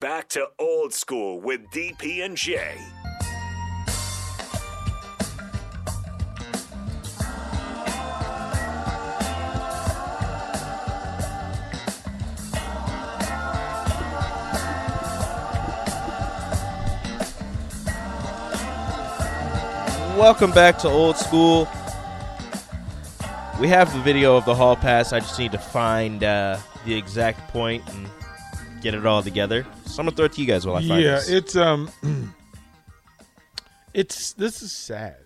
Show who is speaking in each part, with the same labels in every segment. Speaker 1: Back to old school with DP and J.
Speaker 2: Welcome back to Old School. We have the video of the hall pass. I just need to find uh, the exact point and get it all together. So I'm gonna throw it to you guys while I find
Speaker 3: yeah,
Speaker 2: this.
Speaker 3: it's um, it's this is sad.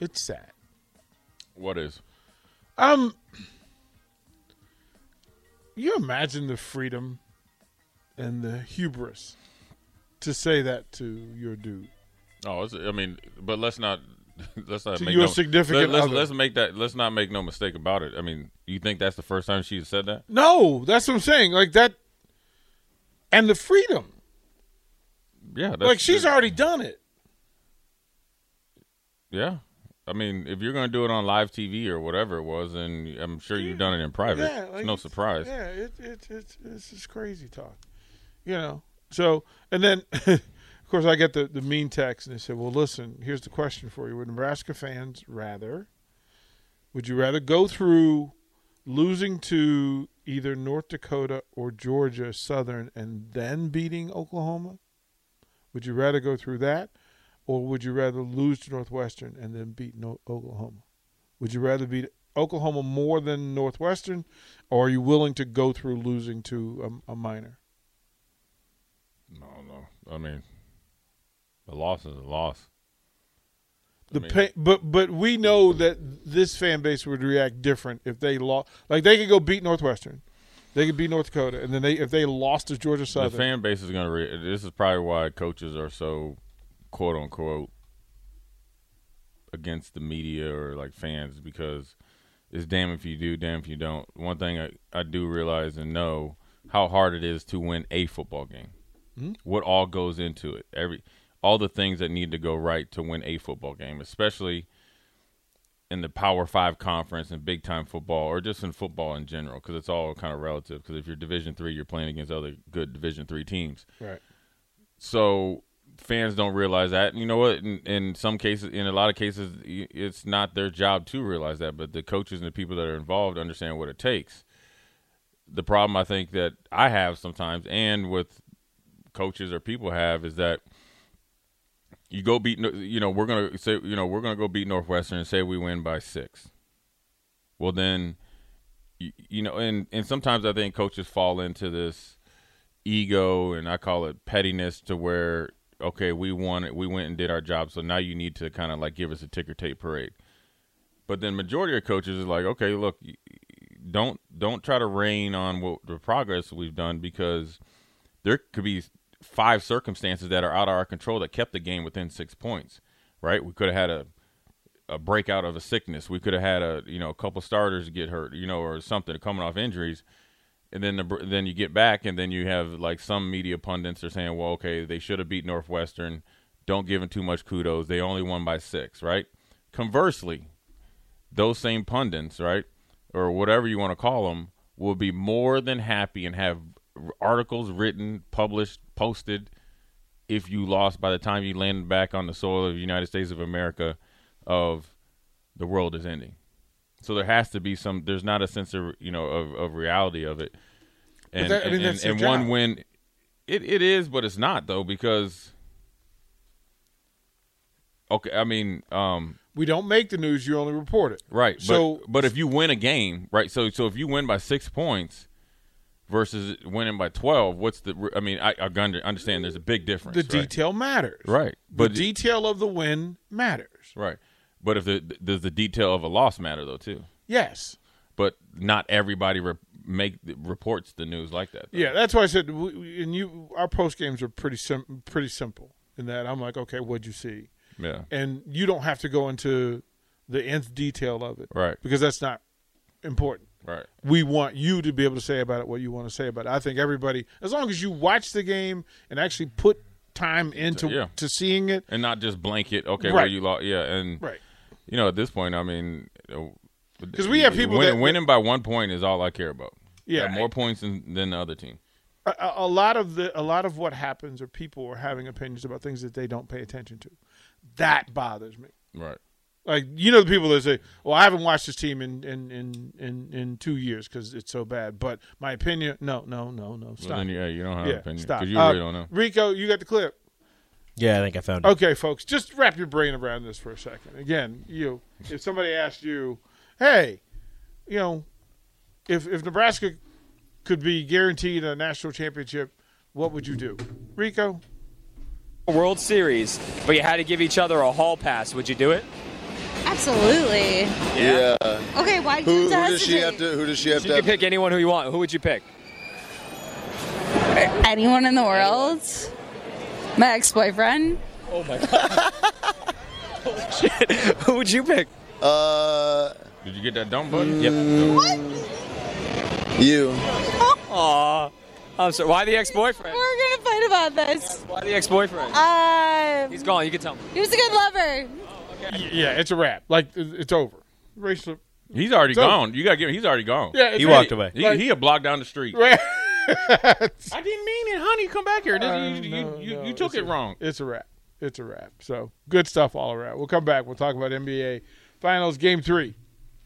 Speaker 3: It's sad.
Speaker 4: What is?
Speaker 3: Um, you imagine the freedom and the hubris to say that to your dude.
Speaker 4: Oh, it's, I mean, but let's not let's not
Speaker 3: To
Speaker 4: make
Speaker 3: your
Speaker 4: no,
Speaker 3: significant
Speaker 4: Let's,
Speaker 3: other.
Speaker 4: let's make that. Let's not make no mistake about it. I mean, you think that's the first time she said that?
Speaker 3: No, that's what I'm saying. Like that, and the freedom.
Speaker 4: Yeah, that's,
Speaker 3: like she's already done it.
Speaker 4: Yeah, I mean, if you're gonna do it on live TV or whatever it was, then I'm sure you've done it in private.
Speaker 3: Yeah,
Speaker 4: It's
Speaker 3: like,
Speaker 4: no surprise.
Speaker 3: Yeah, it, it, it's it's just crazy talk, you know. So and then, of course, I get the the mean text and they said, "Well, listen, here's the question for you: Would Nebraska fans rather? Would you rather go through losing to either North Dakota or Georgia Southern and then beating Oklahoma? Would you rather go through that, or would you rather lose to Northwestern and then beat no- Oklahoma?" Would you rather beat Oklahoma more than Northwestern, or are you willing to go through losing to a, a minor?
Speaker 4: No, no. I mean, a loss is a loss.
Speaker 3: The
Speaker 4: mean-
Speaker 3: pa- but but we know that this fan base would react different if they lost. Like they could go beat Northwestern, they could beat North Dakota, and then they if they lost to Georgia Southern,
Speaker 4: The fan base is gonna. Re- this is probably why coaches are so quote unquote against the media or like fans because it's damn if you do, damn if you don't. One thing I, I do realize and know how hard it is to win a football game. What all goes into it, every all the things that need to go right to win a football game, especially in the Power Five conference and big time football, or just in football in general, because it's all kind of relative. Because if you're Division three, you're playing against other good Division three teams
Speaker 3: right?
Speaker 4: so fans don't realize that. And you know what? In, in some cases, in a lot of cases, y- it's not their job to realize that, but the coaches and the people that are involved understand what it takes. The problem I think that I have sometimes, and with coaches or people have, is that you go beat. Nor- You know, we're gonna say, you know, we're gonna go beat Northwestern and say we win by six. Well, then, you, you know, and and sometimes I think coaches fall into this ego and I call it pettiness to where okay, we won it, we went and did our job, so now you need to kind of like give us a ticker tape parade. But then majority of coaches is like, okay, look, y- y- don't don't try to rain on what the progress we've done because there could be five circumstances that are out of our control that kept the game within six points, right? We could have had a a breakout of a sickness. We could have had a you know a couple starters get hurt, you know, or something coming off injuries and then the, then you get back, and then you have like some media pundits are saying, "Well, okay, they should have beat Northwestern. Don't give them too much kudos. They only won by six, right?" Conversely, those same pundits, right, or whatever you want to call them, will be more than happy and have articles written, published, posted. If you lost by the time you landed back on the soil of the United States of America, of the world is ending. So there has to be some. There's not a sense of you know of, of reality of it. And
Speaker 3: that- I mean,
Speaker 4: and,
Speaker 3: that's
Speaker 4: and
Speaker 3: their
Speaker 4: one
Speaker 3: job.
Speaker 4: win, it, it is, but it's not though because. Okay, I mean, um,
Speaker 3: We don't make the news; you only report it.
Speaker 4: Right.
Speaker 3: So-
Speaker 4: but, but if you win a game, right? So so if you win by six points versus winning by twelve, what's the? I mean, I, I under- understand there's a big difference.
Speaker 3: The
Speaker 4: right?
Speaker 3: detail matters,
Speaker 4: Right.
Speaker 3: But
Speaker 4: But-
Speaker 3: the detail of the win matters.
Speaker 4: right? But if the does the detail of a loss matter though too?
Speaker 3: Yes.
Speaker 4: But not everybody re- make reports the news like that. though.
Speaker 3: Yeah, that's why I said, we- we, and you, our post games are pretty sim- pretty simple. In that, I'm like, okay, what'd you see?
Speaker 4: yeah,
Speaker 3: and you don't have to go into the nth detail of it,
Speaker 4: Right.
Speaker 3: Because that's not important.
Speaker 4: right.
Speaker 3: We want you to be able to say about it what you want to say about it. I think everybody, as long as you watch the game and actually put time into
Speaker 4: Yeah.
Speaker 3: to seeing it,
Speaker 4: And not just blanket. Okay, where
Speaker 3: Right.
Speaker 4: you lost. Yeah, and
Speaker 3: right?
Speaker 4: you know at this point, I mean, because
Speaker 3: we have people that-
Speaker 4: winning by one point is all I care about.
Speaker 3: Yeah.
Speaker 4: Have more points than, than the other team.
Speaker 3: a, a- a lot of the a lot of what happens are people are having opinions about things that they don't pay attention to. That bothers me.
Speaker 4: Right.
Speaker 3: Like you know the people that say, "Well, I haven't watched this team in in in in, in two years because it's so bad." But my opinion, no, no, no, no,
Speaker 4: Well,
Speaker 3: stop.
Speaker 4: then, yeah, you don't have an
Speaker 3: yeah,
Speaker 4: opinion
Speaker 3: stop.
Speaker 4: because you
Speaker 3: Uh,
Speaker 4: really don't know.
Speaker 3: Rico, you got the clip.
Speaker 2: Yeah, I think I found it.
Speaker 3: Okay, folks, just wrap your brain around this for a second. Again, you, if somebody asked you, "Hey, you know, if if Nebraska could be guaranteed a national championship, what would you do?" Rico,
Speaker 5: World Series, but you had to give each other a hall pass. Would you do it?
Speaker 6: Absolutely.
Speaker 7: Yeah.
Speaker 6: Okay, why do
Speaker 7: Who, who
Speaker 6: you have to
Speaker 7: does she have
Speaker 6: hesitate?
Speaker 7: to? Who does she have
Speaker 5: So
Speaker 7: to?
Speaker 5: you can
Speaker 7: Have?
Speaker 5: pick anyone who you want. Who would you pick?
Speaker 6: Anyone in the world? My ex-boyfriend.
Speaker 5: who would you pick?
Speaker 7: Uh,
Speaker 4: Did you get that dumb button?
Speaker 2: Yep.
Speaker 7: you.
Speaker 5: Aw. I'm sorry. Why the ex-boyfriend?
Speaker 6: We're gonna fight about this.
Speaker 5: Why the ex-boyfriend?
Speaker 6: Um,
Speaker 5: He's gone. You can tell me.
Speaker 6: he was a good lover.
Speaker 3: Y- yeah, it's a wrap. Like it- it's over. Racial,
Speaker 4: He's already
Speaker 3: So-
Speaker 4: gone. You got to give. He's already gone.
Speaker 3: yeah, it's
Speaker 2: He walked
Speaker 3: over.
Speaker 2: away.
Speaker 4: He,
Speaker 3: Like-
Speaker 4: he a block down the street.
Speaker 3: Right.
Speaker 4: I didn't mean it, honey. Come back here. This- you, you,
Speaker 3: Uh,
Speaker 4: you,
Speaker 3: no,
Speaker 4: you took
Speaker 3: it's
Speaker 4: it
Speaker 3: a-
Speaker 4: wrong.
Speaker 3: It's a wrap. It's a wrap. So good stuff all around. We'll come back. We'll talk about NBA Finals Game Three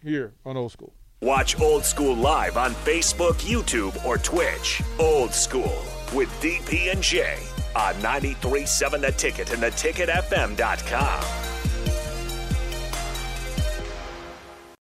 Speaker 3: here on Old School.
Speaker 1: Watch Old School live on Facebook, YouTube, or Twitch. Old School with DP and J on 937 The Ticket and theticketfm.com.